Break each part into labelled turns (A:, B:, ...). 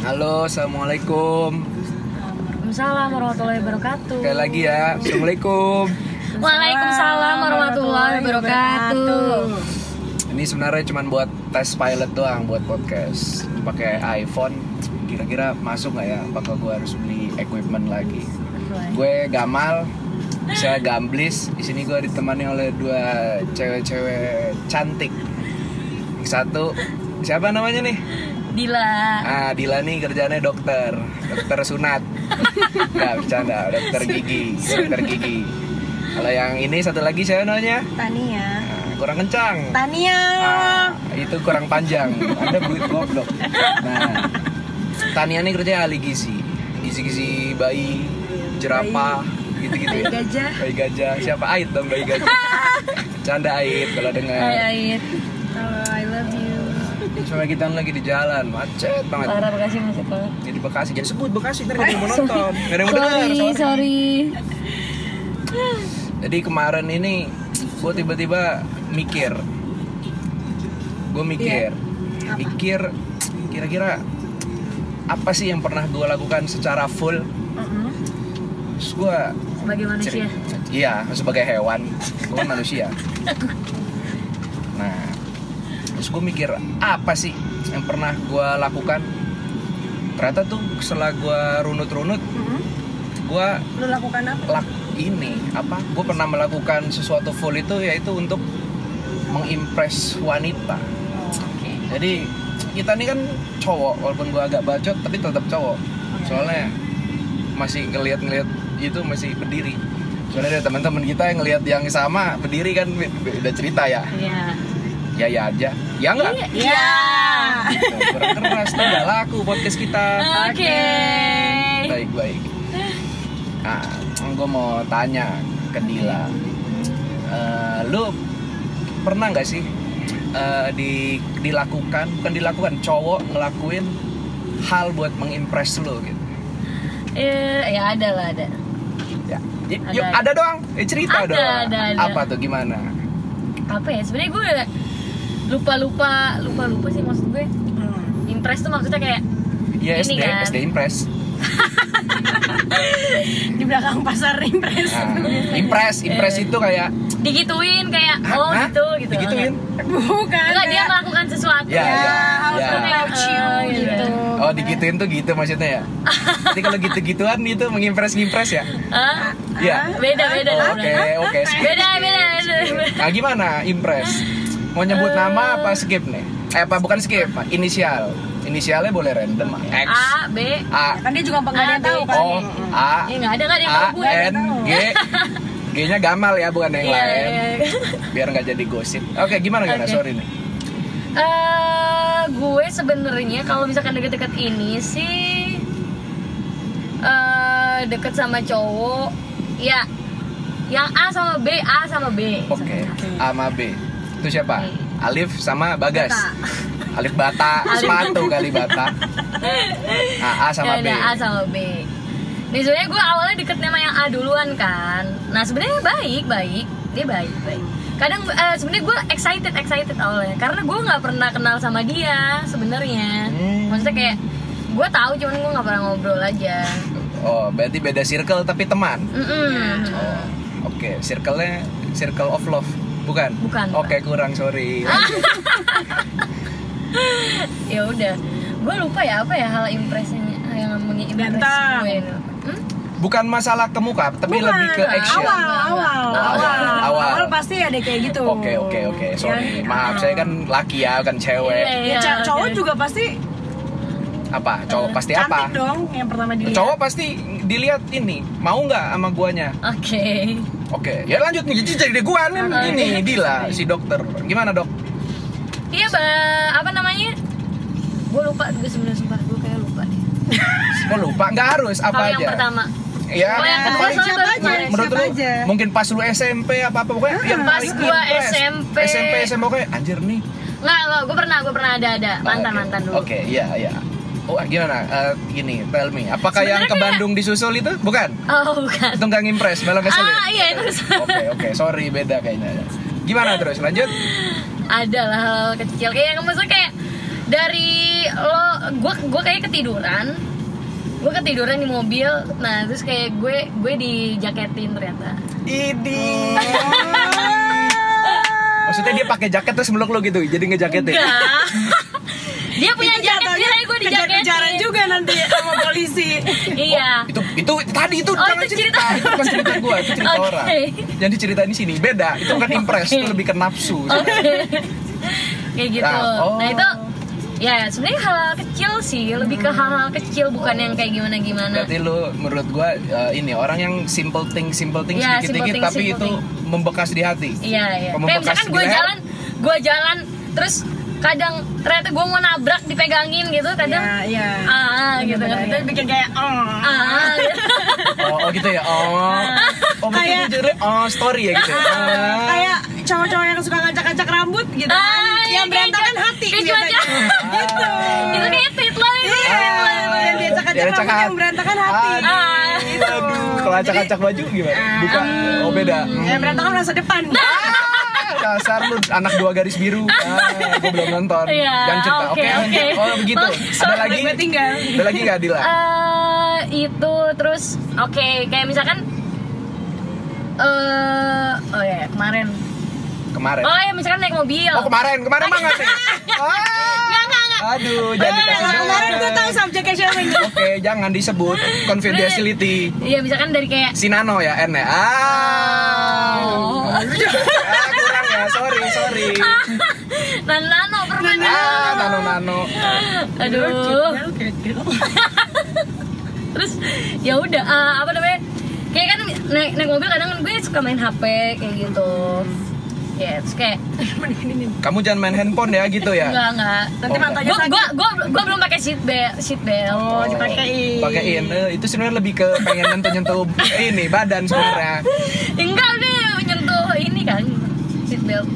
A: Halo, assalamualaikum.
B: Waalaikumsalam warahmatullahi wabarakatuh.
A: Sekali lagi ya, assalamualaikum.
B: Waalaikumsalam warahmatullahi wabarakatuh.
A: Ini sebenarnya cuma buat tes pilot doang buat podcast. Pakai iPhone, kira-kira masuk nggak ya? Apakah gue harus beli equipment lagi? Gue Gamal, saya Gamblis. Di sini gue ditemani oleh dua cewek-cewek cantik. Yang Satu, siapa namanya nih?
B: Dila.
A: Ah, Dila nih kerjanya dokter, dokter sunat. Enggak bercanda, dokter gigi, dokter gigi. Kalau yang ini satu lagi saya namanya
B: Tania.
A: ah, kurang kencang.
B: Tania.
A: Ah, itu kurang panjang. Anda buit goblok. Nah, Tania nih kerjanya ahli gizi. Gizi-gizi bayi, jerapah, gitu-gitu.
B: Bayi
A: ya.
B: gajah.
A: Bayi gajah. Siapa Ait dong bayi gajah. Canda Ait kalau
B: Hai
A: dengar.
B: Ait. Halo, I love you. iya.
A: Cuma kita lagi di jalan, macet banget.
B: Parah makasih masih banget.
A: Jadi Bekasi, jadi sebut Bekasi, ntar gak ada yang mau nonton Gak ada yang mau dengar,
B: Sorry,
A: sorry.
B: sorry.
A: Jadi kemarin ini, gue tiba-tiba mikir Gue mikir,
B: Iya.
A: mikir kira-kira apa sih yang pernah gue lakukan secara full
B: Mm-mm.
A: Terus gue
B: Sebagai manusia.
A: Iya, sebagai hewan, gue manusia Nah, terus gue mikir apa sih yang pernah gue lakukan Ternyata tuh setelah gue runut-runut,
B: Mm-mm.
A: gue
B: Lu lakukan apa?
A: lak ini apa gue pernah melakukan sesuatu full itu yaitu untuk mengimpress wanita
B: Oke.
A: jadi kita ini kan cowok walaupun gue agak bacot tapi tetap cowok soalnya masih ngelihat-ngelihat itu masih berdiri soalnya ada teman-teman kita yang ngelihat yang sama berdiri kan be- be- beda cerita ya
B: Iya.
A: ya ya aja ya enggak
B: Iya.
A: Gitu, kurang keras tuh nggak laku podcast kita
B: Oke.
A: baik baik nah gue mau tanya ke Dila Eh, lu pernah nggak sih eh, di dilakukan bukan dilakukan cowok ngelakuin hal buat mengimpress lu gitu
B: Eh, ya ada lah ada.
A: ya Y-
B: Ada.
A: yuk ada doang Eh, cerita
B: Ada,
A: doang
B: ada, ada.
A: apa tuh gimana
B: apa ya sebenarnya gue lupa lupa lupa lupa sih maksud gue
A: Hmm.
B: impress tuh maksudnya kayak
A: ya
B: Ini
A: SD
B: kan.
A: SD impress
B: di belakang pasar impress
A: nah, impress impress itu kayak
B: digituin kayak
A: "Hah,
B: Eh. oh
A: Ah, hah?
B: gitu gitu
A: digituin
C: Bukan.
B: enggak dia melakukan sesuatu
A: Ya, ya,
C: harus
A: ya.
C: approach you,
B: Oh, iya.
C: gitu.
A: oh digituin tuh gitu maksudnya ya jadi kalau gitu gituan itu mengimpress ngimpress ya
B: Hah?
A: ya
B: beda beda
A: Oke,
B: beda.
A: oke. skip,
B: Beda,
A: skip,
B: beda, Eh.
A: skip. Nah, gimana? Impress. Mau nyebut nama apa skip nih? Eh, apa bukan skip? Inisial. Inisialnya boleh random. X,
B: A B
A: A,
C: Kan dia juga nggak ada yang
B: A,
C: tahu
B: B,
C: kan.
A: O, A,
B: ya nggak ada nggak ada yang
A: A,
B: tahu gue
A: N, G. G-nya gamal ya, bukan yang
B: Iya,
A: lain.
B: iya, iya.
A: Biar nggak jadi gosip. Oke, gimana gimana?
B: Oke.
A: Sorry nih.
B: Eh, gue sebenarnya kalau misalkan deket-deket ini sih eh deket sama cowok ya yang A sama B A sama B
A: Oke. A sama B. Itu siapa?
B: Oke.
A: Alif sama Bagas. Alif Bata, sepatu kali Bata. Nah, A sama B.
B: Ya udah, A sama B Nih sebenarnya gue awalnya deket sama yang A duluan kan nah sebenarnya baik baik dia baik baik kadang eh, sebenarnya gue excited excited awalnya karena gue nggak pernah kenal sama dia sebenarnya
A: Hmm.
B: maksudnya kayak gue tahu cuman gue nggak pernah ngobrol aja
A: Oh, berarti beda circle tapi teman.
B: Mm-mm.
A: Oh, oke. Circle-nya circle of love, bukan?
B: Bukan,
A: Oke, kurang sorry.
B: ya udah gue lupa ya apa ya hal impresinya yang mengimpress
C: Ganteng.
B: gue hmm?
A: bukan masalah ke muka, tapi lebih ke action.
C: Awal,
A: Oh,
C: awal,
A: awal,
C: awal,
A: awal.
C: awal pasti ada kayak gitu.
A: Oke, oke, oke. Sorry. Maaf, saya kan laki ya, bukan cewek.
C: Ya,
B: Ya. Iya,
C: ca- cowok
B: oke.
C: juga pasti
A: Apa? Cowok pasti apa?
C: cantik dong yang pertama
B: Iya.
C: dilihat.
A: Cowok pasti dilihat ini. Mau nggak sama guanya?
B: oke
A: Oke. Ya lanjut nih. Jadi jadi gua nih
B: Nah,
A: ini Dila si dokter. Gimana, Dok?
B: iya ba apa namanya gue lupa gue sebenarnya sumpah gue kayak lupa deh
A: Gua lupa. Nggak harus
B: kalau
A: apa
B: yang
A: aja.
B: pertama
A: Ya.
B: Kalau yang kedua
A: paling-
B: soalnya
C: Iya. siapa
B: baru
C: aja?
B: kemarin.
A: menurut
C: Siapa
A: lu
C: aja?
A: mungkin pas lu SMP apa apa pokoknya yang
B: Ah, Pas
A: paling
B: gua
A: impress.
B: SMP.
A: SMP SMP kayak anjir nih
B: nggak nggak gue pernah gue pernah ada ada
A: Oh,
B: mantan
A: oke.
B: mantan dulu
A: oke iya iya oh gimana Eh, gini tell me apakah yang ke
B: Sebenarnya kayak-
A: Bandung disusul itu bukan
B: oh bukan
A: itu nggak ngimpress malah ngeselin
B: Ah, iya, itu.
A: oke oke sorry beda kayaknya gimana terus lanjut
B: ada lah hal kecil kayak maksudnya kayak dari lo gue gue kayak ketiduran gue ketiduran di mobil nah terus kayak gue gue dijaketin ternyata
A: Idi. Maksudnya dia pakai jaket terus meluk lo gitu, jadi ngejaketin.
B: enggak dia punya
C: Itu
B: jaket
C: ya? jatuhnya
B: dia gue
C: kejar-kejaran
B: dijaketin
C: juga nanti sama polisi
B: iya
A: Oh, itu itu tadi itu
B: Oh,
A: jangan
B: itu
A: cerita.
B: cerita.
A: Itu bukan cerita gua, itu cerita
B: Oke.
A: orang. Yang diceritain di sini beda. Itu bukan impress, itu lebih ke nafsu.
B: Oh, Oke. kayak gitu
A: Nah,
B: nah,
A: oh.
B: itu ya sebenarnya hal kecil sih lebih
C: Hmm.
B: ke hal-hal kecil bukan yang kayak gimana gimana
A: Berarti lu menurut gua eh, ini orang yang simple thing simple thing
B: Iya,
A: sedikit-dikit
B: simple
A: tapi
B: thing, simple
A: itu membekas di hati.
B: Iya iya.
A: Kamu
B: Kayak
A: bekas
B: misalkan gue
C: ya?
A: gila.
B: jalan, gue jalan, terus kadang ternyata gue mau nabrak dipegangin gitu, kadang
C: ya ya
B: ah gitu kan.
C: itu bikin kayak oh
B: Ah, gitu.
A: Oh, oh gitu ya. Oh. Oh, mungkin
C: Kayak-
A: jujur oh story ya gitu. ya. Ah.
C: kayak cowok-cowok yang suka ngacak-ngacak rambut gitu
B: Ah,
C: kan.
B: iya,
C: yang
B: kayak
C: berantakan
B: cowok-
C: hati
B: kayak
C: biasanya.
B: cowok-
C: gitu
A: Ah.
B: itu kayak tweet lo itu.
C: Iya, yang dia
A: Dia
C: acak-acak rambut
A: acak-acak.
C: yang berantakan hati
A: Aduh,
B: Ah.
A: Aduh, kalau acak-acak baju gimana? Bukan. Oh, beda. Hmm.
C: yang berantakan masa depan
B: iya,
A: Ah, dasar lu anak dua garis biru ah, gue belum nonton
B: Iya,
A: jangan cerita oke
B: oke, oke.
A: lanjut. oh begitu
B: Oh,
A: ada
B: sorry,
A: lagi
C: gue tinggal.
A: ada lagi nggak Dila
B: Eh, itu terus oke kayak misalkan eh oh ya kemarin
A: kemarin
B: oh ya misalkan naik mobil
A: oh kemarin kemarin mah nggak sih
B: Nggak, nggak, nggak.
A: Ah, aduh jangan
B: iya,
A: dikasih
C: Kalau kemarin gue tahu
A: jalan.
C: subjeknya siapa ini
A: oke jangan disebut confidentiality
B: iya misalkan dari kayak
A: si Nano ya N ya ah,
B: Oh.
A: Ah, kurang ya sorry sorry
B: nan nano pernah
A: ah Nano Nano
B: aduh terus ya udah ah, apa namanya kayak kan naik naik mobil kadang kan gue suka main HP kayak gitu ya terus kayak
A: kamu jangan main handphone ya gitu ya
B: enggak enggak
C: nanti
A: Oh,
C: matanya
B: gue
C: sakit
B: gue gue gue belum pakai seat belt seat belt
C: Oh, dipakein. Iya.
A: pakein Eh, itu sebenarnya lebih ke pengen nyentuh nyentuh ini badan sebenarnya
B: enggak udah nyentuh ini kan seat belt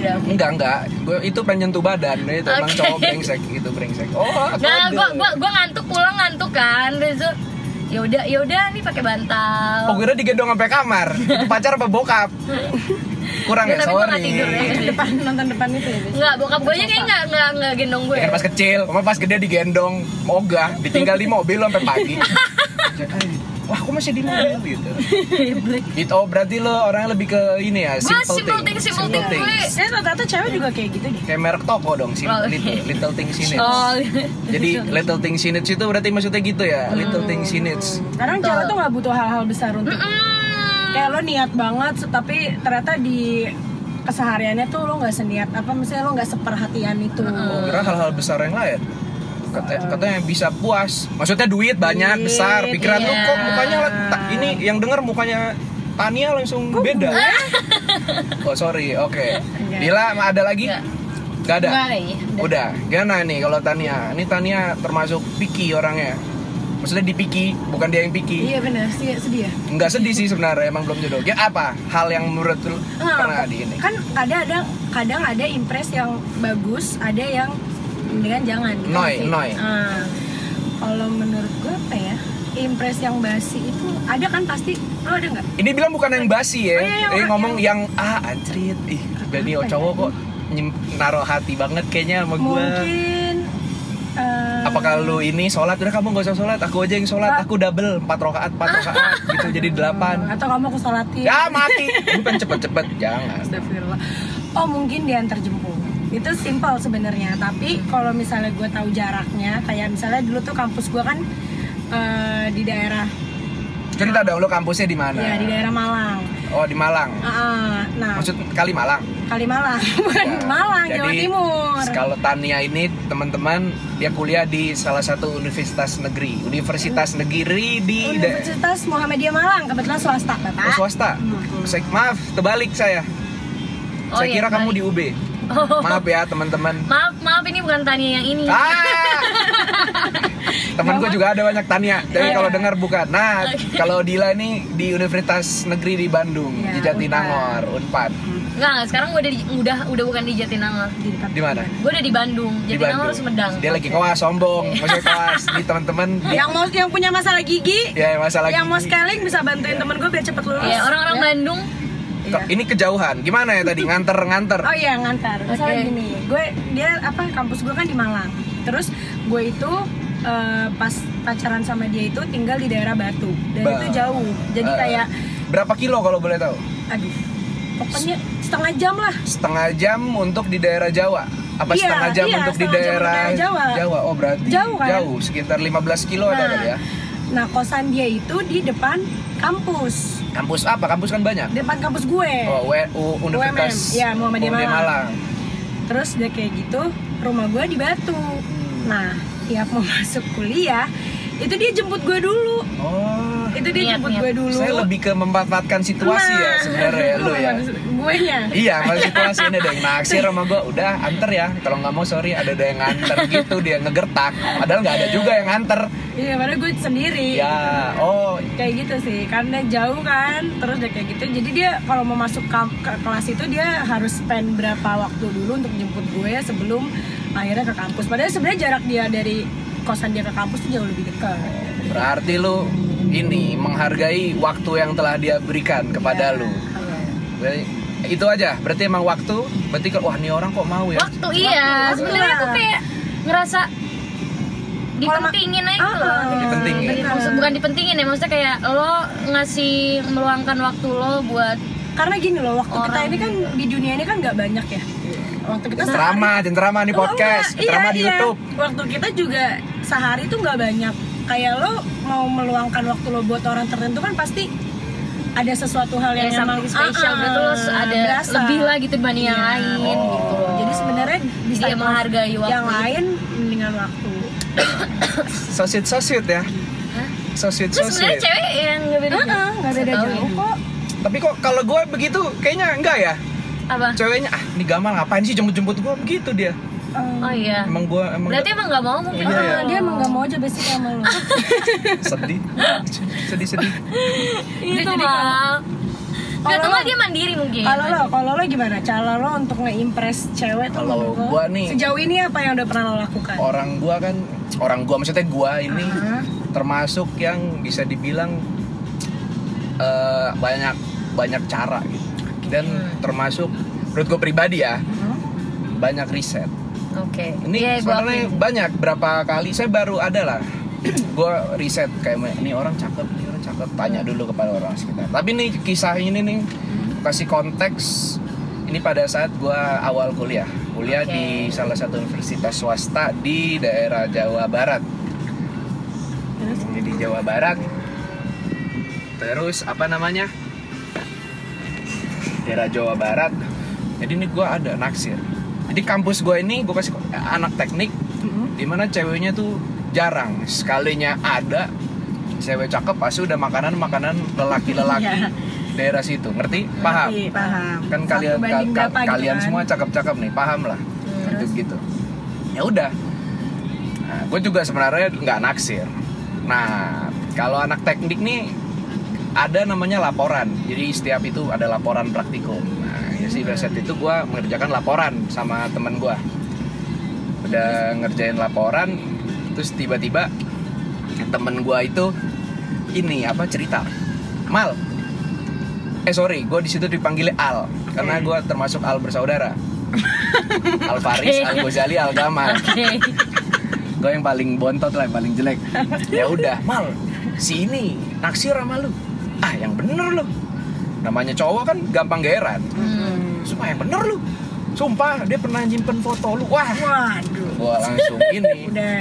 B: udah oke
A: Enggak, enggak. Gue itu pengen nyentuh badan. Itu emang
B: Oke.
A: cowok brengsek gitu, brengsek. Oh, kode.
B: nah gue gue gue ngantuk pulang ngantuk kan terus ya udah ya udah nih pakai bantal
A: Oh, gue udah digendong sampai kamar. Itu pacar apa bokap? Kurang ya,
B: Ya, tapi gue
A: sorry.
B: nggak tidur ya.
C: depan nonton depan itu ya biasanya.
B: Enggak, bokap gue aja kayak enggak enggak enggak gendong gue.
A: Ya kan pas kecil, sama pas gede digendong, mogah, ditinggal di mobil lu sampai pagi. Ya kan? Wah, aku masih di mobil gitu. Itu oh, berarti lo orangnya lebih ke ini ya,
B: Gue
A: simple,
B: simple
A: thing.
B: thing, simple thing gue.
A: things.
C: saya rata-rata cewek juga kayak gitu deh
A: Kayak merek toko dong, sim-
B: Oh, oke.
A: little, little things in it.
B: Oh.
A: Jadi little things in it itu berarti maksudnya gitu ya, little things in it.
C: kadang cewek tuh nggak butuh hal-hal besar untuk
B: Mm-mm.
C: kayak lo niat banget tapi ternyata di kesehariannya tuh lo nggak seniat apa misalnya lo nggak seperhatian itu
A: Gua kira hal-hal besar yang lain Kata- katanya bisa puas maksudnya duit banyak besar pikiran lu
B: iya.
A: kok mukanya le- ta- ini yang denger mukanya Tania langsung beda oh sorry oke Dila ma- ada lagi
B: Nggak.
A: Gak ada
B: Nggak lagi.
A: udah gimana nih kalau Tania ini Tania termasuk picky orangnya maksudnya dipiki bukan dia yang picky
C: iya benar sih sedih ya
A: nggak sedih sih sebenarnya emang belum jodoh ya apa hal yang menurut lu
C: Nggak,
A: pernah di ini
C: kan ada ada kadang ada impress yang bagus ada yang mendingan jangan gitu
A: Noi,
C: sih.
A: noi.
C: Ah. kalau menurut gue apa ya impress yang basi itu ada kan pasti lo ada nggak
A: Ini bilang bukan yang basi ya,
C: Oh, iya, iya,
A: eh,
C: orang- ya?
A: ngomong yang ah anjrit, ih Benny oh, cowok kok nyim- naruh hati banget kayaknya sama gue.
C: mungkin eh,
A: Apakah lu ini sholat? Udah kamu gak usah sholat, aku aja yang sholat,
C: Apa?
A: aku double 4 rokaat,
C: Ah.
A: 4 rokaat gitu jadi 8
C: atau kamu aku sholatin
A: Ya mati, bukan cepet-cepet, jangan
C: Astagfirullah. Oh mungkin diantar jemput. Itu simple sebenarnya. Tapi kalau misalnya gue tahu jaraknya, kayak misalnya dulu tuh kampus gue kan eh, di daerah,
A: Cerita dong lu kampusnya di mana?
C: ya di daerah Malang.
A: Oh di Malang,
C: Ah, nah
A: maksud kali Malang
C: Kalimalang,
B: Kan
C: bukan
A: Ya.
C: Malang, Jawa
A: Jadi,
C: Timur.
A: Kalau Tania ini teman-teman dia kuliah di salah satu universitas negeri, universitas negeri di
B: Oh,
A: da-
C: Universitas Muhammadiyah Malang, kebetulan swasta, Bapak.
A: Oh, swasta. Saya- maaf, terbalik saya.
B: Hmm. Oh,
A: saya
B: iya,
A: kira kamu di
B: terbalik.
A: UB.
B: Oh.
A: Maaf ya teman-teman.
B: Maaf, maaf ini bukan Tania yang ini.
A: Ah! Temen gue juga ada banyak Tania.
B: Iya.
A: Jadi kalau dengar bukan. Nah, kalau Dila ini di Universitas Negeri di Bandung,
B: Iya,
C: Ya,
A: di Jatinangor, Unpad.
B: Enggak, enggak, sekarang gue udah, di- udah udah bukan di Jatinangor.
C: Di dekat-
A: Di mana?
B: Gue udah di Bandung,
A: Di
B: Jatinangor
A: Bandung.
B: Sumedang.
A: Dia lagi koas sombong, maksudnya koas. Di teman-teman di-
C: Hmm, Yang mau yang punya masalah gigi,
A: ya masalah
C: yang mau
A: gigi. Iya.
C: scaling bisa bantuin temen gue biar cepet lulus.
B: Ya, Iya, orang-orang
C: Ya.
B: Bandung
A: Ke- ini kejauhan. Gimana ya tadi nganter-nganter?
C: Oh iya ngantar. Misalnya
B: Oke.
C: gini, gue dia apa kampus gue kan di Malang. Terus gue itu eh, pas pacaran sama dia itu tinggal di daerah Batu. Dan
A: Ba-
C: itu jauh. Jadi
A: Eh,
C: kayak
A: berapa kilo kalau boleh tahu?
C: aduh. Pokoknya setengah jam lah.
A: Setengah jam untuk di daerah Jawa. Apa
C: Iya,
A: setengah jam
C: iya,
A: untuk di
C: setengah jam
A: daerah,
C: untuk daerah Jawa.
A: Oh, berarti
C: Jauh, kan?
A: jauh sekitar 15 kilo ada
C: Nah,
A: kali ya.
C: nah, kosan dia itu di depan kampus.
A: Kampus apa? Kampus kan banyak.
C: Depan kampus gue.
A: Oh, WU Universitas
C: UMM, iya, Muhammadiyah
A: Muhammadiyah
C: Malang. Terus udah kayak gitu, rumah gue di Batu.
A: Hmm.
C: Nah, tiap mau masuk kuliah, itu dia jemput gue dulu.
A: Oh.
C: Itu dia
B: Niat,
C: jemput
B: niat.
C: gue dulu.
A: Saya lebih ke memanfaatkan situasi ya
C: Nah,
A: sebenarnya ya, lu ya.
C: Gue nya.
A: Iya, kalau situasi ini ada yang naksir sama gue, udah anter ya. Kalau nggak mau sorry, ada ada yang nganter gitu dia ngegertak. Padahal nggak ada juga yang nganter.
C: Iya, padahal gue sendiri.
A: Ya, oh
C: Kayak gitu sih, karena jauh kan, terus udah kayak gitu. Jadi dia kalau mau masuk kam- ke kelas itu dia harus spend berapa waktu dulu untuk jemput gue sebelum akhirnya ke kampus. Padahal sebenarnya jarak dia dari kosan dia ke kampus tuh jauh lebih dekat.
A: berarti lu ini menghargai waktu yang telah dia berikan kepada lu.
C: Iya.
A: Berarti- itu aja. Berarti emang waktu. Berarti kalau wah ini orang kok mau ya?
B: waktu iya sebenarnya aku kayak ngerasa dipentingin aja gitu loh
C: Ah,
A: Dipenting ya?
C: bener.
B: Maksud- bukan dipentingin ya maksudnya kayak lo ngasih meluangkan waktu lo buat
C: Karena gini loh, waktu kita
B: Orang
C: ini kan di dunia ini kan nggak banyak ya. Waktu kita sehari
A: Jentrama, jentrama
B: Oh, iya,
A: nih podcast,
C: Lo nggak-
A: jentrama di YouTube.
C: Iya, Waktu kita juga sehari tuh nggak banyak. Kayak lo mau meluangkan waktu lo buat orang tertentu kan pasti ada sesuatu hal yang
B: kayak something spesial
C: Ah-ah,
B: gitu lo ada
C: berasa.
B: lebih lah gitu dibanding yang
C: Iya.
B: lain gitu loh
C: Jadi sebenarnya
B: Jadi
C: bisa
B: ya menghargai waktu Ah,
C: Yang lain mendingan waktu.
A: Sosit sosit ya. Sosit
B: itu sebenarnya
A: sosit.
B: cewek yang nggak beda
C: Heeh, Ah, nggak beda
B: Tahu
C: jauh
B: ya.
C: kok.
A: Tapi kok kalau gue begitu kayaknya enggak ya.
B: apa
A: Ceweknya ah ini gamal ngapain sih jemput-jemput gue begitu dia.
C: Eh,
B: oh iya
A: Emang gue emang
B: berarti emang nggak mau mungkin
A: Iya,
C: ah,
A: iya.
C: dia emang nggak mau aja basic sama lo.
B: Ah,
A: sedih sedih sedih
C: Dia
B: itu mal
C: jadi
B: Gitu, nggak
C: Kalau
B: tahu lah
C: lo-
B: dia mandiri mungkin
C: Kalau lo, kalau lo gimana? Cara lo untuk ngeimpress cewek tuh
A: Kalau
C: menurut lo,
A: gua nih-
C: Sejauh ini apa yang udah pernah lo lakukan?
A: orang gua kan orang gua maksudnya gua ini
C: Ah.
A: termasuk yang bisa dibilang eh, banyak banyak cara gitu dan termasuk menurut gue pribadi ya
C: Hmm?
A: banyak riset
B: oke
A: ini
B: Iya, gua
A: sebenarnya
B: akuin.
A: banyak berapa kali saya baru ada lah gue riset kayak ini orang cakep ini orang cakep tanya dulu kepada orang sekitar tapi nih kisah ini nih kasih konteks ini pada saat gue awal kuliah kuliah
B: Oke.
A: di salah satu universitas swasta di daerah Jawa Barat jadi Jawa Barat terus apa namanya daerah Jawa Barat jadi ini gue ada naksir jadi kampus gue ini gue kasih eh, anak teknik
C: Hmm?
A: dimana ceweknya tuh jarang sekalinya ada cewek cakep pasti udah makanan makanan lelaki lelaki
C: Iya.
A: daerah situ ngerti paham
C: Iya, paham.
A: kan
C: Satu
A: kalian
C: banding
A: ka- ka-
C: berapa gitu
A: kalian
C: kan?
A: semua cakep-cakep nih paham lah gitu gitu ya udah nah, gue juga sebenarnya nggak naksir nah kalau anak teknik nih ada namanya laporan jadi setiap itu ada laporan praktikum nah ya sih pada saat itu gue mengerjakan laporan sama temen gue udah ngerjain laporan terus tiba-tiba temen gue itu ini apa cerita mal eh sorry gue di situ dipanggilnya al karena gue termasuk al bersaudara al faris al ghazali al gamal
B: Oke.
A: gue yang paling bontot lah yang paling jelek ya udah mal si ini naksir sama lu ah yang bener lu namanya cowok kan gampang geran
B: Hmm.
A: sumpah yang bener lu sumpah dia pernah nyimpen foto lu wah
C: Waduh,
A: gue langsung ini
C: udah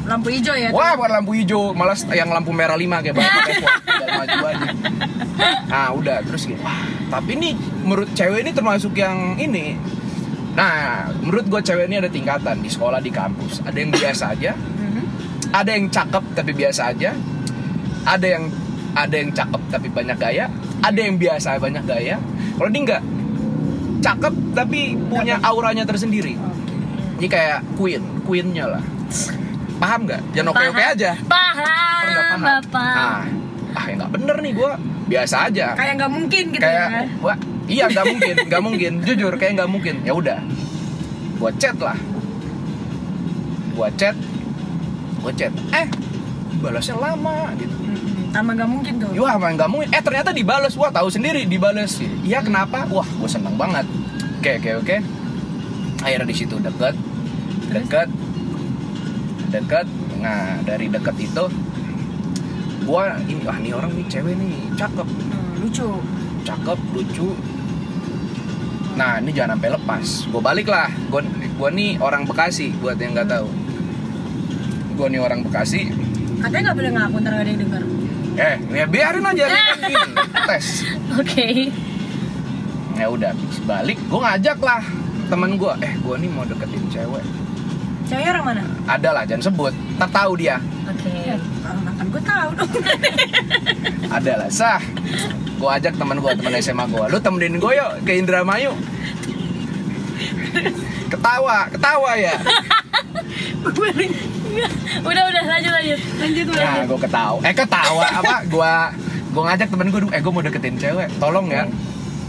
C: lampu hijau ya.
A: Wah, bukan lampu hijau, malah st- yang lampu merah lima kayak banyak repot dan maju aja. Nah, udah terus gitu. Wah, tapi ini menurut cewek ini termasuk yang ini. Nah, menurut gue cewek ini ada tingkatan di sekolah di kampus. Ada yang biasa aja,
C: Mhm.
A: ada yang cakep tapi biasa aja, ada yang ada yang cakep tapi banyak gaya, ada yang biasa banyak gaya. Kalau dia enggak cakep tapi punya auranya tersendiri. Ini kayak Queen, Queennya lah. Paham nggak? Jangan oke oke
B: Paham.
A: aja.
B: Paham,
A: Nggak paham.
B: Bapak.
A: Ah, ah ya nggak bener nih gue biasa aja.
C: Kayak nggak mungkin gitu
A: kayak
C: ya.
A: wah iya nggak mungkin, nggak mungkin. Jujur kayak nggak mungkin. Ya udah, gue chat lah. Gue chat, gue chat. Eh, balasnya lama gitu.
C: Mhm. sama gak mungkin tuh
A: Wah, emang nggak mungkin. Eh ternyata dibales. Wah, tahu sendiri dibales. Iya kenapa? Wah, gue seneng banget. Oke, oke, oke. Akhirnya di situ deket, deket, deket. Nah dari deket itu, gue ini wah nih orang nih cewek nih cakep,
C: Hmm, lucu
A: cakep, lucu. Nah ini jangan sampai lepas. Gue balik lah. Gue gue nih orang Bekasi. Buat yang nggak tahu, gue nih orang Bekasi.
C: katanya nggak boleh ngaku ntar ada yang denger
A: Eh, ya biarin aja. biarin. Tes.
B: Oke.
A: ya udah habis balik gue ngajak lah temen gue eh gue nih mau deketin cewek
C: ceweknya orang mana
A: ada lah jangan sebut tak tahu dia
B: Oke.
C: ya kalau makan gue tahu dong
A: ada lah sah gue ajak temen gue temen SMA gue lu temenin gue yuk ke Indramayu ketawa ketawa ya
B: Udah udah lanjut lanjut.
C: lanjut
A: ya
C: lanjut
A: gue ketawa eh ketawa apa gue gue ngajak temen gue eh gue mau deketin cewek tolong ya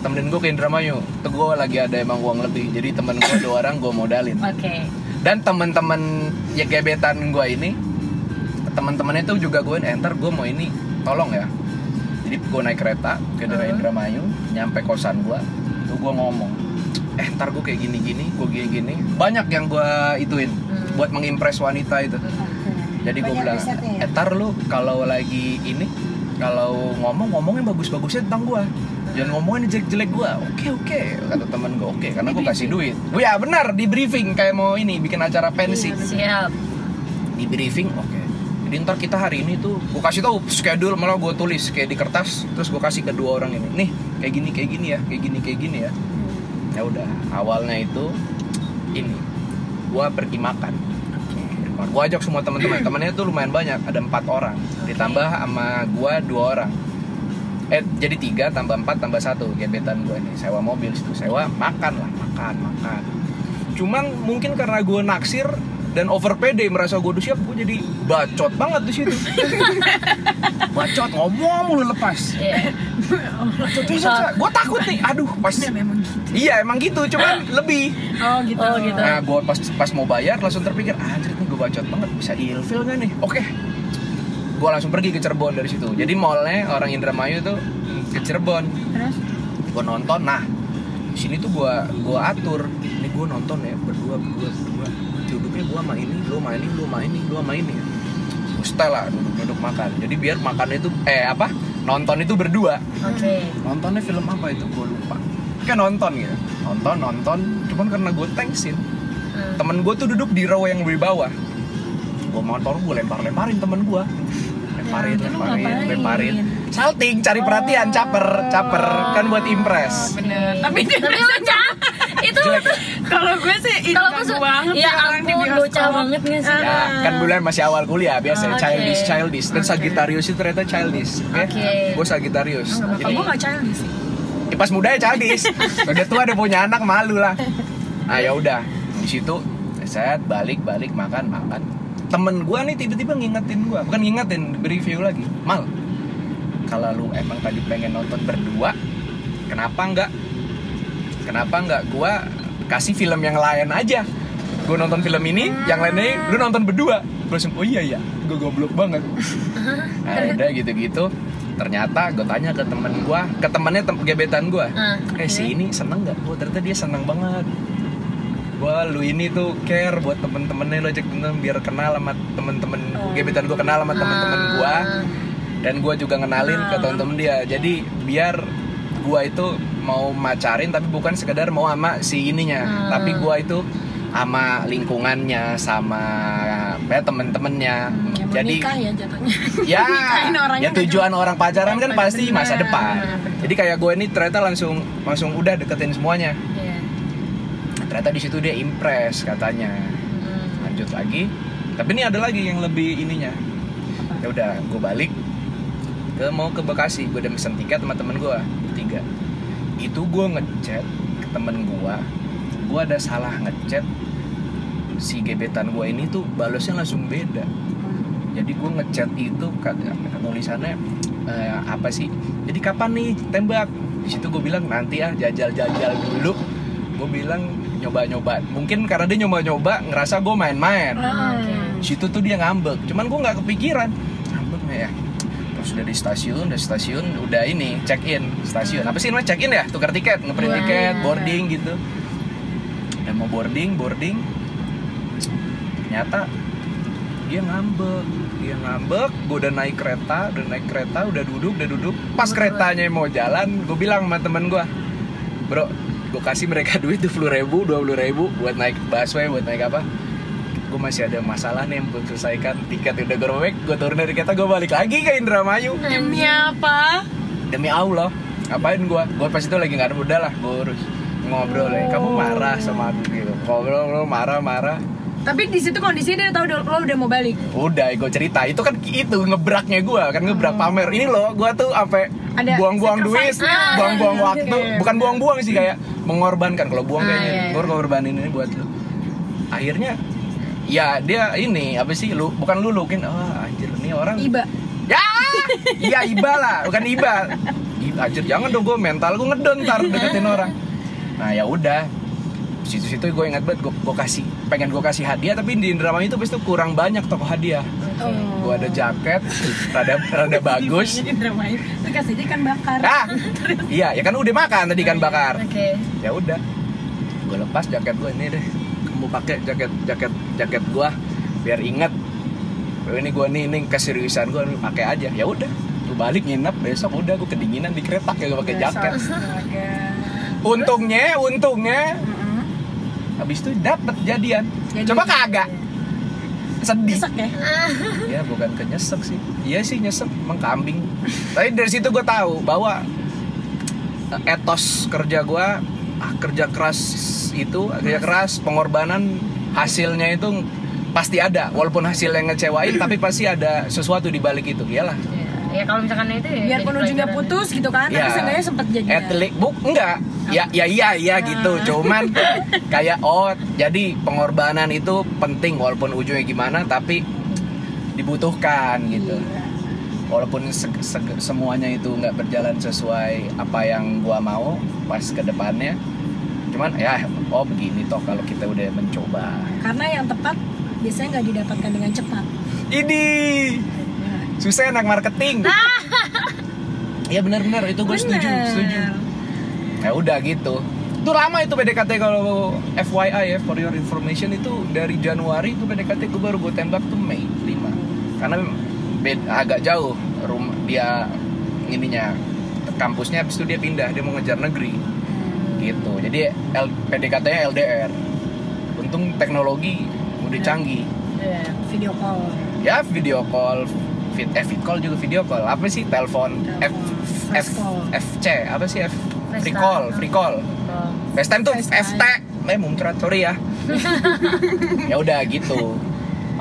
A: temenin gue ke Indramayu tuh gue lagi ada emang uang lebih jadi temen gue dua orang gue modalin
B: Oke.
A: dan teman-teman ya gebetan gue ini teman-temannya itu juga gue enter gue mau ini tolong ya jadi gue naik kereta ke daerah
B: Hmm.
A: Indramayu nyampe kosan gue tuh gue ngomong eh ntar gue kayak gini gini gue gini gini banyak yang gue ituin
B: Hmm.
A: buat mengimpress wanita itu jadi gue bilang
C: ya?
A: eh ntar lu kalau lagi ini kalau ngomong ngomongnya bagus-bagusnya tentang gue jangan ngomongin jelek-jelek gue oke oke kata temen gue oke karena gue kasih duit gue ya benar di briefing kayak mau ini bikin acara pensi
B: Siap.
A: di briefing oke jadi ntar kita hari ini tuh gue kasih tahu schedule malah gue tulis kayak di kertas terus gue kasih ke dua orang ini nih kayak gini kayak gini ya kayak gini kayak gini ya ya udah awalnya itu ini gue pergi makan gue ajak semua teman-teman temannya tuh lumayan banyak ada empat orang
B: Oke.
A: ditambah sama gue dua orang eh jadi tiga tambah empat tambah satu gebetan gue nih sewa mobil situ sewa makan lah makan makan cuman mungkin karena gue naksir dan over pede merasa gue udah siap gue jadi bacot banget di situ bacot ngomong mulu lepas
B: Iya.
A: gue takut nih aduh pas
C: Ya, memang gitu
A: iya emang gitu cuman lebih
C: oh gitu
B: Oh, gitu.
A: Nah, gue pas pas mau bayar langsung terpikir, anjir nih gue bacot banget, bisa ilfil gak nih? Oke. Gue langsung pergi ke Cirebon dari situ. Jadi mallnya orang Indramayu tuh mm, ke Cirebon.
C: terus
A: Gue nonton, nah di sini tuh gue gua atur. Ini gue nonton ya, berdua, berdua, berdua. Duduknya gue sama ini, lu sama ini, lu sama ini, lu sama ini. Gua setel lah, duduk-duduk makan. Jadi biar makan itu, eh apa, nonton itu berdua
B: Oke.
A: nontonnya film apa itu gue lupa kan nonton gitu nonton nonton cuman karena gue thanksin
B: Hmm.
A: temen gue tuh duduk di row yang lebih bawah gue motor gue lempar lemparin temen gue lemparin
C: Ya, lu
A: lemparin
C: ngapain?
A: lemparin salting cari perhatian caper caper kan buat impress
C: bener tapi
B: Tapi lu cak. Itu lu
A: jelek
B: tuh.
A: ya?
C: kalau gue sih ih,
B: Kalau
C: ganggu
B: gue
C: banget
B: ya
C: sih orang di
B: ampun
C: bioskop.
B: bocah banget nggak sih?
A: ya kan dulu kan masih awal kuliah biasa
C: Oh,
B: Oke.
A: childish childish dan
B: Oke.
A: Sagittarius itu ternyata childish oke
B: Oke.
A: gue Sagittarius
C: Oh, Nggak apa-apa,
A: Jadi-
C: gue gak childish sih
A: Ya, pas muda ya childish udah tua udah punya anak malu lah ah ya udah di situ saya balik balik makan makan temen gua nih tiba-tiba ngingetin gua bukan ngingetin review lagi mal kalau lu emang tadi pengen nonton berdua kenapa enggak kenapa enggak gua kasih film yang lain aja gue nonton film ini, yang lainnya lu nonton berdua gue langsung, oh iya ya, gue goblok banget nah udah gitu-gitu ternyata gue tanya ke temen gue ke temennya tem gebetan gue
B: Ah,
A: eh si
B: oke.
A: ini seneng nggak? Wah ternyata dia seneng banget. Wah lu ini tuh care buat temen-temennya lo ajak temen biar kenal sama temen-temen gebetan gue kenal sama temen-temen gue dan gue juga ngenalin ke temen-temen dia. Jadi biar gue itu mau macarin tapi bukan sekedar mau sama si ininya, tapi gue itu sama lingkungannya, sama ya, temen-temennya.
C: Ya, mau
A: Jadi
C: nikah ya jatuhnya
A: ya,
C: Nikahin orangnya
A: ya
C: kan
A: tujuan orang pacaran kan
C: Bener,
A: pasti masa
C: bener.
A: depan. Jadi kayak gue ini ternyata langsung langsung udah deketin semuanya.
B: Iya.
A: Nah, ternyata di situ dia impress katanya.
B: Hmm.
A: Lanjut lagi. Tapi ini ada lagi yang lebih ininya. Ya udah, gue balik ke mau ke Bekasi. Gue udah pesen tiket sama temen gue tiga. Itu gue ngechat ke temen gue. Gue ada salah ngechat si gebetan gue ini tuh balesnya langsung beda jadi gue ngechat itu kata tulisannya eh, apa sih jadi kapan nih tembak di situ gue bilang nanti ah jajal-jajal dulu gue bilang nyoba-nyoba mungkin karena dia nyoba-nyoba ngerasa gue main-main
B: Oke.
A: di situ tuh dia ngambek cuman gue nggak kepikiran ngambek nggak ya terus udah di stasiun dari stasiun udah ini check in stasiun apa sih namanya check in ya tukar tiket ngeprint
B: Wah,
A: tiket
B: iya.
A: boarding gitu udah mau boarding boarding ternyata dia ngambek dia ngambek gue udah naik kereta udah naik kereta udah duduk udah duduk pas keretanya mau jalan gue bilang sama temen gue bro gue kasih mereka duit 20.000 ribu 20 ribu buat naik busway buat naik apa gue masih ada masalah nih yang belum selesaikan tiket udah gue robek gue turun dari kereta gue balik lagi ke Indramayu
C: Demi apa?
A: demi Allah ngapain gue gue pas itu lagi nggak ada modal lah gue urus ngobrol ya kamu marah sama aku gitu ngobrol ngobrol marah marah
C: Tapi di situ kondisinya dia tahu udah- lo udah mau balik.
A: udah gue cerita itu kan itu ngebraknya gue kan ngebrak
B: Hmm.
A: pamer ini loh gue tuh sampai
C: Ada
A: buang-buang duit
B: Ah,
C: sacrifice-nya.
B: iya,
A: buang-buang
C: Oke.
A: waktu bukan buang-buang sih kayak mengorbankan kalau buang
B: Ah,
A: kayaknya
B: iya, iya.
A: gue korbanin ini buat lu akhirnya ya dia ini apa sih lu bukan lu lukin oh, anjir ini orang
C: Iba.
A: ya iya iba lah bukan iba I- anjir jangan dong gue mental gue ngedon ntar deketin orang nah ya udah situ-situ gue ingat banget gue, gue kasih pengen gue kasih hadiah tapi di drama itu pas itu kurang banyak toko hadiah
C: Oh.
A: gue ada jaket rada rada
C: Iya.
A: bagus
C: Indramayu. Terus kasih aja ikan bakar.
A: ah iya ya kan udah makan tadi ikan bakar
B: Oke.
A: ya udah gue lepas jaket gue ini deh kamu pakai jaket jaket jaket gue biar ingat Oh, ini gue nih ini keseriusan gue pakai aja ya udah gue balik nginep besok udah gue kedinginan di kereta kayak gak pakai
C: Iya,
A: jaket
C: Astaga.
A: untungnya untungnya
C: Mm-mm.
A: habis itu dapet jadian
C: Jadi-
A: coba kagak sedih
C: Besok ya.
A: ya bukan ke nyesek sih iya sih nyesek emang kambing tapi dari situ gue tahu bahwa eh, etos kerja gue ah, kerja keras itu kerja keras pengorbanan hasilnya itu pasti ada walaupun hasilnya ngecewain tapi pasti ada sesuatu di balik itu iyalah
B: Ya, ya kalau misalkan itu ya.
C: Biar
B: jadi
C: ujungnya
B: pelajaran.
C: putus gitu kan. Tapi
A: Ya.
C: seenggaknya sempet kan? Oh. jadian.
A: At least- bu enggak ya ya iya iya
C: Ah.
A: gitu cuman kayak oh jadi pengorbanan itu penting walaupun ujungnya gimana tapi dibutuhkan gitu
C: Iya.
A: walaupun se- se- semuanya itu nggak berjalan sesuai apa yang gua mau pas ke depannya cuman ya oh begini toh kalau kita udah mencoba
C: Karena yang tepat biasanya nggak didapatkan dengan cepat.
A: ini
C: Iya.
A: susah enak marketing
C: Ah.
A: ya benar-benar itu gue setuju
C: Bener.
A: setuju ya udah gitu itu lama itu PDKT kalau FYI ya for your information itu dari Januari itu PDKT gue baru gue tembak tuh Mei 5 karena bed- agak jauh rumah dia ininya kampusnya habis itu dia pindah dia mau ngejar negeri gitu jadi L, PDKT nya LDR untung teknologi udah canggih
B: Iya.
C: Video call.
A: ya video call vid, eh vid call juga video call apa sih telepon F, F,
C: Telepon. Face call.
A: FC apa sih F free
B: FaceTime.
A: call free call
B: Betul.
A: FaceTime tuh
C: FaceTime.
A: FT Eh muncrat, sorry ya Ya udah gitu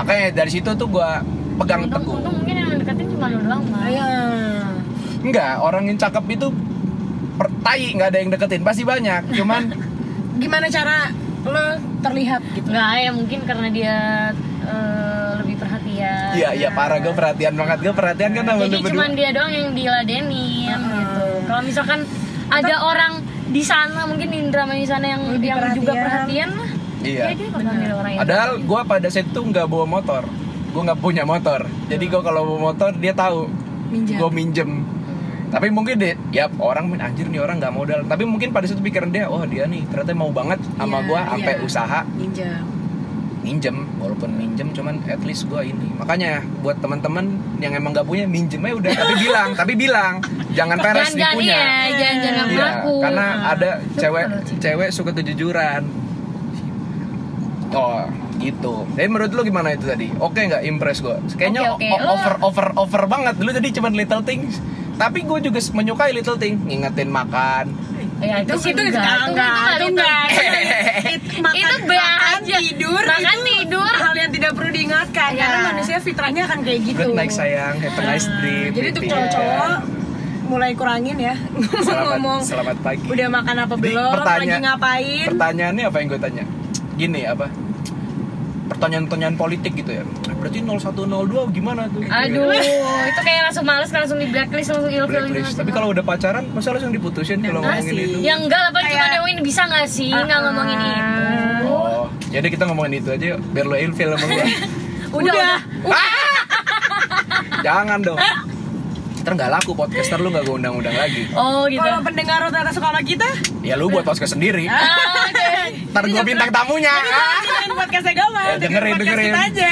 A: Makanya dari situ tuh gua pegang
B: Untung,
A: teguh
B: untung mungkin yang deketin cuma lu doang mah.
C: Ayo.
A: Enggak, orang yang cakep itu pertai nggak ada yang deketin pasti banyak cuman
C: Gimana cara lo terlihat gitu?
B: Enggak, ya mungkin karena dia eh, lebih perhatian.
A: iya iya parah gue perhatian banget gue perhatian kan sama
B: Jadi
A: lu
B: cuma
A: berdua
B: dia doang yang diladenin gitu. Kalau misalkan ada orang di sana mungkin di drama di sana yang
C: Lebih
B: yang juga
C: perhatian.
B: perhatian mah.
A: Iya.
B: Ya, dia bakal milih orang yang
A: padahal gua pada saat itu nggak bawa motor gue nggak punya motor jadi gua kalau bawa motor dia tahu
C: Minjam.
A: gue minjem tapi mungkin deh ya orang main anjir nih orang nggak modal tapi mungkin pada situ pikiran dia oh dia nih ternyata mau banget sama
C: Iya,
A: gua sampai
C: iya.
A: usaha
C: Minjam.
A: minjem walaupun minjem cuman at least gue ini makanya buat teman-teman yang emang gak punya minjem aja udah tapi bilang tapi bilang jangan peres
B: jangan
A: dipunya
B: ya, jangan jangan
A: Iya,
B: ngaku.
A: karena
C: Nah.
A: ada cewek cewek suka kejujuran oh gitu jadi menurut lu gimana itu tadi oke nggak impress gue kayaknya
B: Oke,
A: o-
B: oke. Lu-
A: over over over banget lu tadi cuman little things tapi gue juga menyukai little thing ngingetin makan
B: Ya, itu, sih
C: itu
B: enggak,
C: enggak, enggak, itu enggak. Itu makan-
B: Itu B
C: makan,
B: aja.
C: tidur,
B: Makan,
C: itu
B: tidur.
C: hal yang tidak perlu diingatkan
B: Iya.
C: karena manusia fitrahnya akan kayak gitu. Nah,
A: good night sayang have a nice dream
C: Jadi untuk
A: baby."
C: cowok-cowok mulai kurangin ya ngomong
A: Iya. selamat, selamat pagi
C: udah makan apa
A: Jadi
C: belum, lagi
A: pertanya-
C: ngapain.
A: Pertanyaannya apa yang gue tanya? Gini apa? Pertanyaan-pertanyaan politik gitu ya. Berarti 0102 gimana tuh?
B: Aduh, itu kayak langsung males kan, langsung di blacklist, langsung ilfil gitu.
A: Blacklist. Tapi kalau udah pacaran, masa langsung diputusin kalau
C: Enggak
A: ngomongin
C: sih.
A: itu?
B: yang enggak lah, paling cuma
C: Kayak- Ah,
B: dewain bisa nggak sih, nggak ngomongin
C: Nah,
B: itu.
A: Oh, jadi kita ngomongin itu aja yuk, biar lo ilfil sama gue.
B: Udah, udah.
A: Jangan Ah! dong. ntar nggak laku podcaster lu nggak gue undang-undang lagi
B: Oh gitu.
C: Kalau pendengar rata-rata suka sama kita,
A: ya lu buat podcast sendiri
B: Ah, Oke.
A: ntar gue bintang tamunya
C: ah, dengerin podcast saya gak
A: Ya, dengerin,
C: podcast
A: dengerin.
C: kita aja.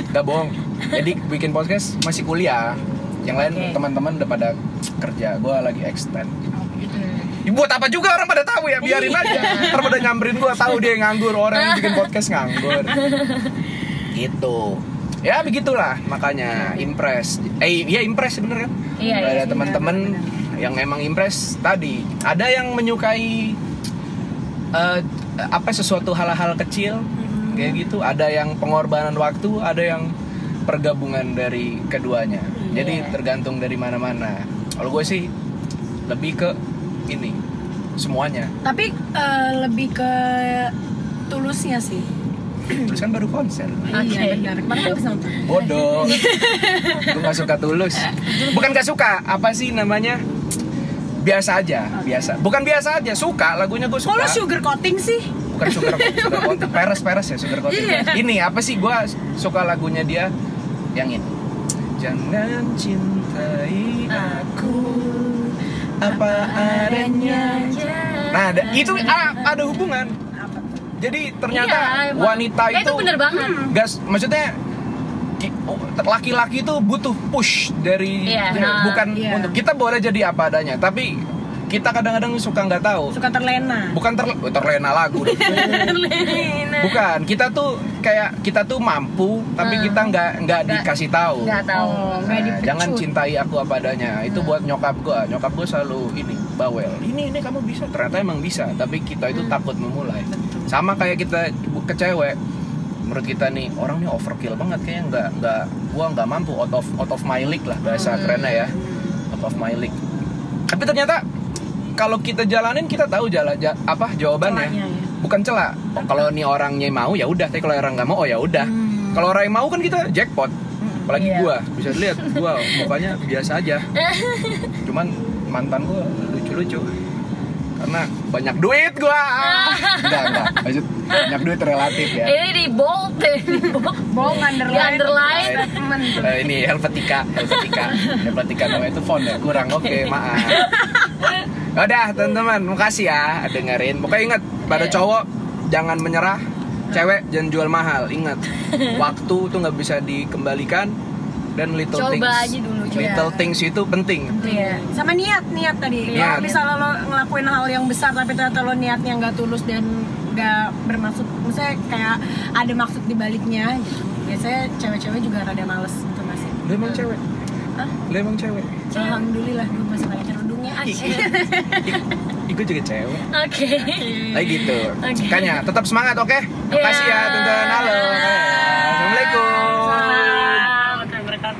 A: nggak bohong jadi bikin podcast masih kuliah yang lain
B: Oke.
A: teman-teman udah pada kerja gue lagi extend
B: Hmm.
A: Ya, buat apa juga orang pada tahu ya biarin
B: Iya.
A: aja ntar pada nyamperin gue tahu dia nganggur orang yang bikin podcast nganggur gitu ya begitulah makanya impress eh ya impress sebenarnya
B: Iya, iya,
A: ada
B: iya,
A: teman-teman yang emang impress tadi ada yang menyukai eh, apa sesuatu hal-hal kecil kayak gitu ada yang pengorbanan waktu ada yang pergabungan dari keduanya jadi
B: Iya.
A: tergantung dari mana-mana kalau gue sih lebih ke ini semuanya
C: Tapi eh, lebih ke tulusnya sih.
A: terus kan baru konser
C: Iya benar. Kemarin gue bisa nonton.
A: bodoh gue gak suka tulus bukan gak suka apa sih namanya biasa aja biasa bukan biasa aja suka lagunya gue
C: Kok
A: suka
C: Oh, lu sugar coating sih?
A: bukan sugar sugar coating peres peres ya sugar coating
C: Iya.
A: ini apa sih gue suka lagunya dia yang ini jangan cintai
B: Ah.
A: aku apa adanya nah ada-
B: Iya,
A: itu ah, ada hubungan
C: Apa tuh?
A: jadi ternyata
B: Iya, emang.
A: wanita
B: Eh,
A: itu
B: itu bener banget.
C: Hmm,
A: gas maksudnya ki- oh, laki-laki itu butuh push dari
B: Iya,
A: ya,
B: nah,
A: bukan
C: iya.
A: untuk kita boleh jadi apa adanya tapi kita kadang-kadang suka nggak tahu
C: Suka terlena.
A: bukan ter oh, terlena lagu dong. bukan kita tuh kayak kita tuh mampu tapi
B: Hmm.
A: kita nggak nggak
B: Nggak-
A: dikasih tahu
B: Nggak tahu.
C: Oh,
A: Nah,
C: nggak dipecut.
A: jangan cintai aku apa adanya itu buat nyokap gua nyokap gua selalu ini bawel ini ini kamu bisa ternyata emang bisa tapi kita itu takut memulai sama kayak kita ke cewek menurut kita nih orang nih overkill banget kayaknya nggak nggak gua nggak mampu out of out of my league lah bahasa kerennya ya out of my league tapi ternyata kalau kita jalanin kita tahu jala ja- apa jawabannya
C: Celahnya, ya.
A: bukan celah Oh, kalau nih orangnya mau ya udah tapi kalau orang nggak mau oh ya udah
C: Hmm.
A: kalau orang yang mau kan kita jackpot apalagi
B: Iya.
A: gua bisa lihat gua mukanya biasa aja cuman mantan gua lucu-lucu karena banyak duit gua enggak enggak Maksud, banyak duit relatif
C: Iya,
A: ya
B: Ini di bold, di bold.
C: Bohong
B: Di
C: underline.
B: underline.
C: Statement tuh.
A: Eh, ini Helvetica, Helvetica, Helvetica namanya itu font ya kurang. Oke, maaf. Udah teman-teman, makasih ya dengerin. Pokoknya ingat
B: Iya.
A: pada cowok jangan menyerah, cewek jangan jual mahal. Ingat, waktu tuh nggak bisa dikembalikan dan little
B: Coba
A: things.
B: aja dulu, coba.
A: Little things itu penting.
B: Iya.
C: sama niat niat tadi
A: Niat.
C: kalau misalnya lo ngelakuin hal yang besar tapi ternyata lo niatnya nggak tulus dan nggak bermaksud maksudnya kayak ada maksud di baliknya gitu biasanya cewek-cewek juga rada males gitu masih
A: Lu emang cewek?
C: Hah?
A: Lu emang cewek?
C: alhamdulillah dulu masih pakai kerudungnya
B: Iya.
C: aja
A: Iku juga cewek.
B: Oke.
A: Kayak gitu.
B: Oke.
A: Makanya tetap semangat, oke? Makasih ya,
B: Iya.
A: teman-teman. Halo. Assalamualaikum.
C: berkat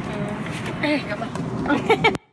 B: Eh, nggak apa-apa.